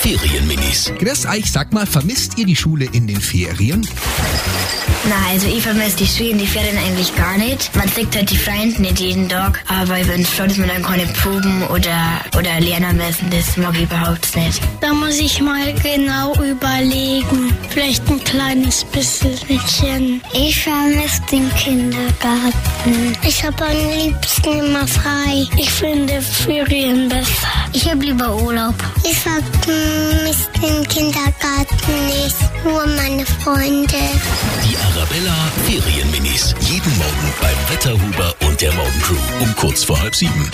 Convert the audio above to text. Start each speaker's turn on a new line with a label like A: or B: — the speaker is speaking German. A: Ferienminis.
B: Grüß euch, ah, sag mal, vermisst ihr die Schule in den Ferien?
C: Na, also ich vermisse die Schule und die Ferien eigentlich gar nicht. Man sieht halt die Freunde nicht jeden Tag, aber ich bin froh, dass man dann keine Proben oder, oder lernen müssen. Das mag ich überhaupt nicht.
D: Da muss ich mal genau überlegen. Vielleicht ein kleines bisschen.
E: Ich vermisse den Kindergarten.
D: Ich habe am liebsten immer frei. Ich finde Ferien besser.
E: Ich habe lieber Urlaub.
F: Ich vermisse den Kindergarten nicht, nur meine Freunde.
A: Die Arabella Ferienminis. Jeden Morgen beim Wetterhuber und der Morgencrew um kurz vor halb sieben.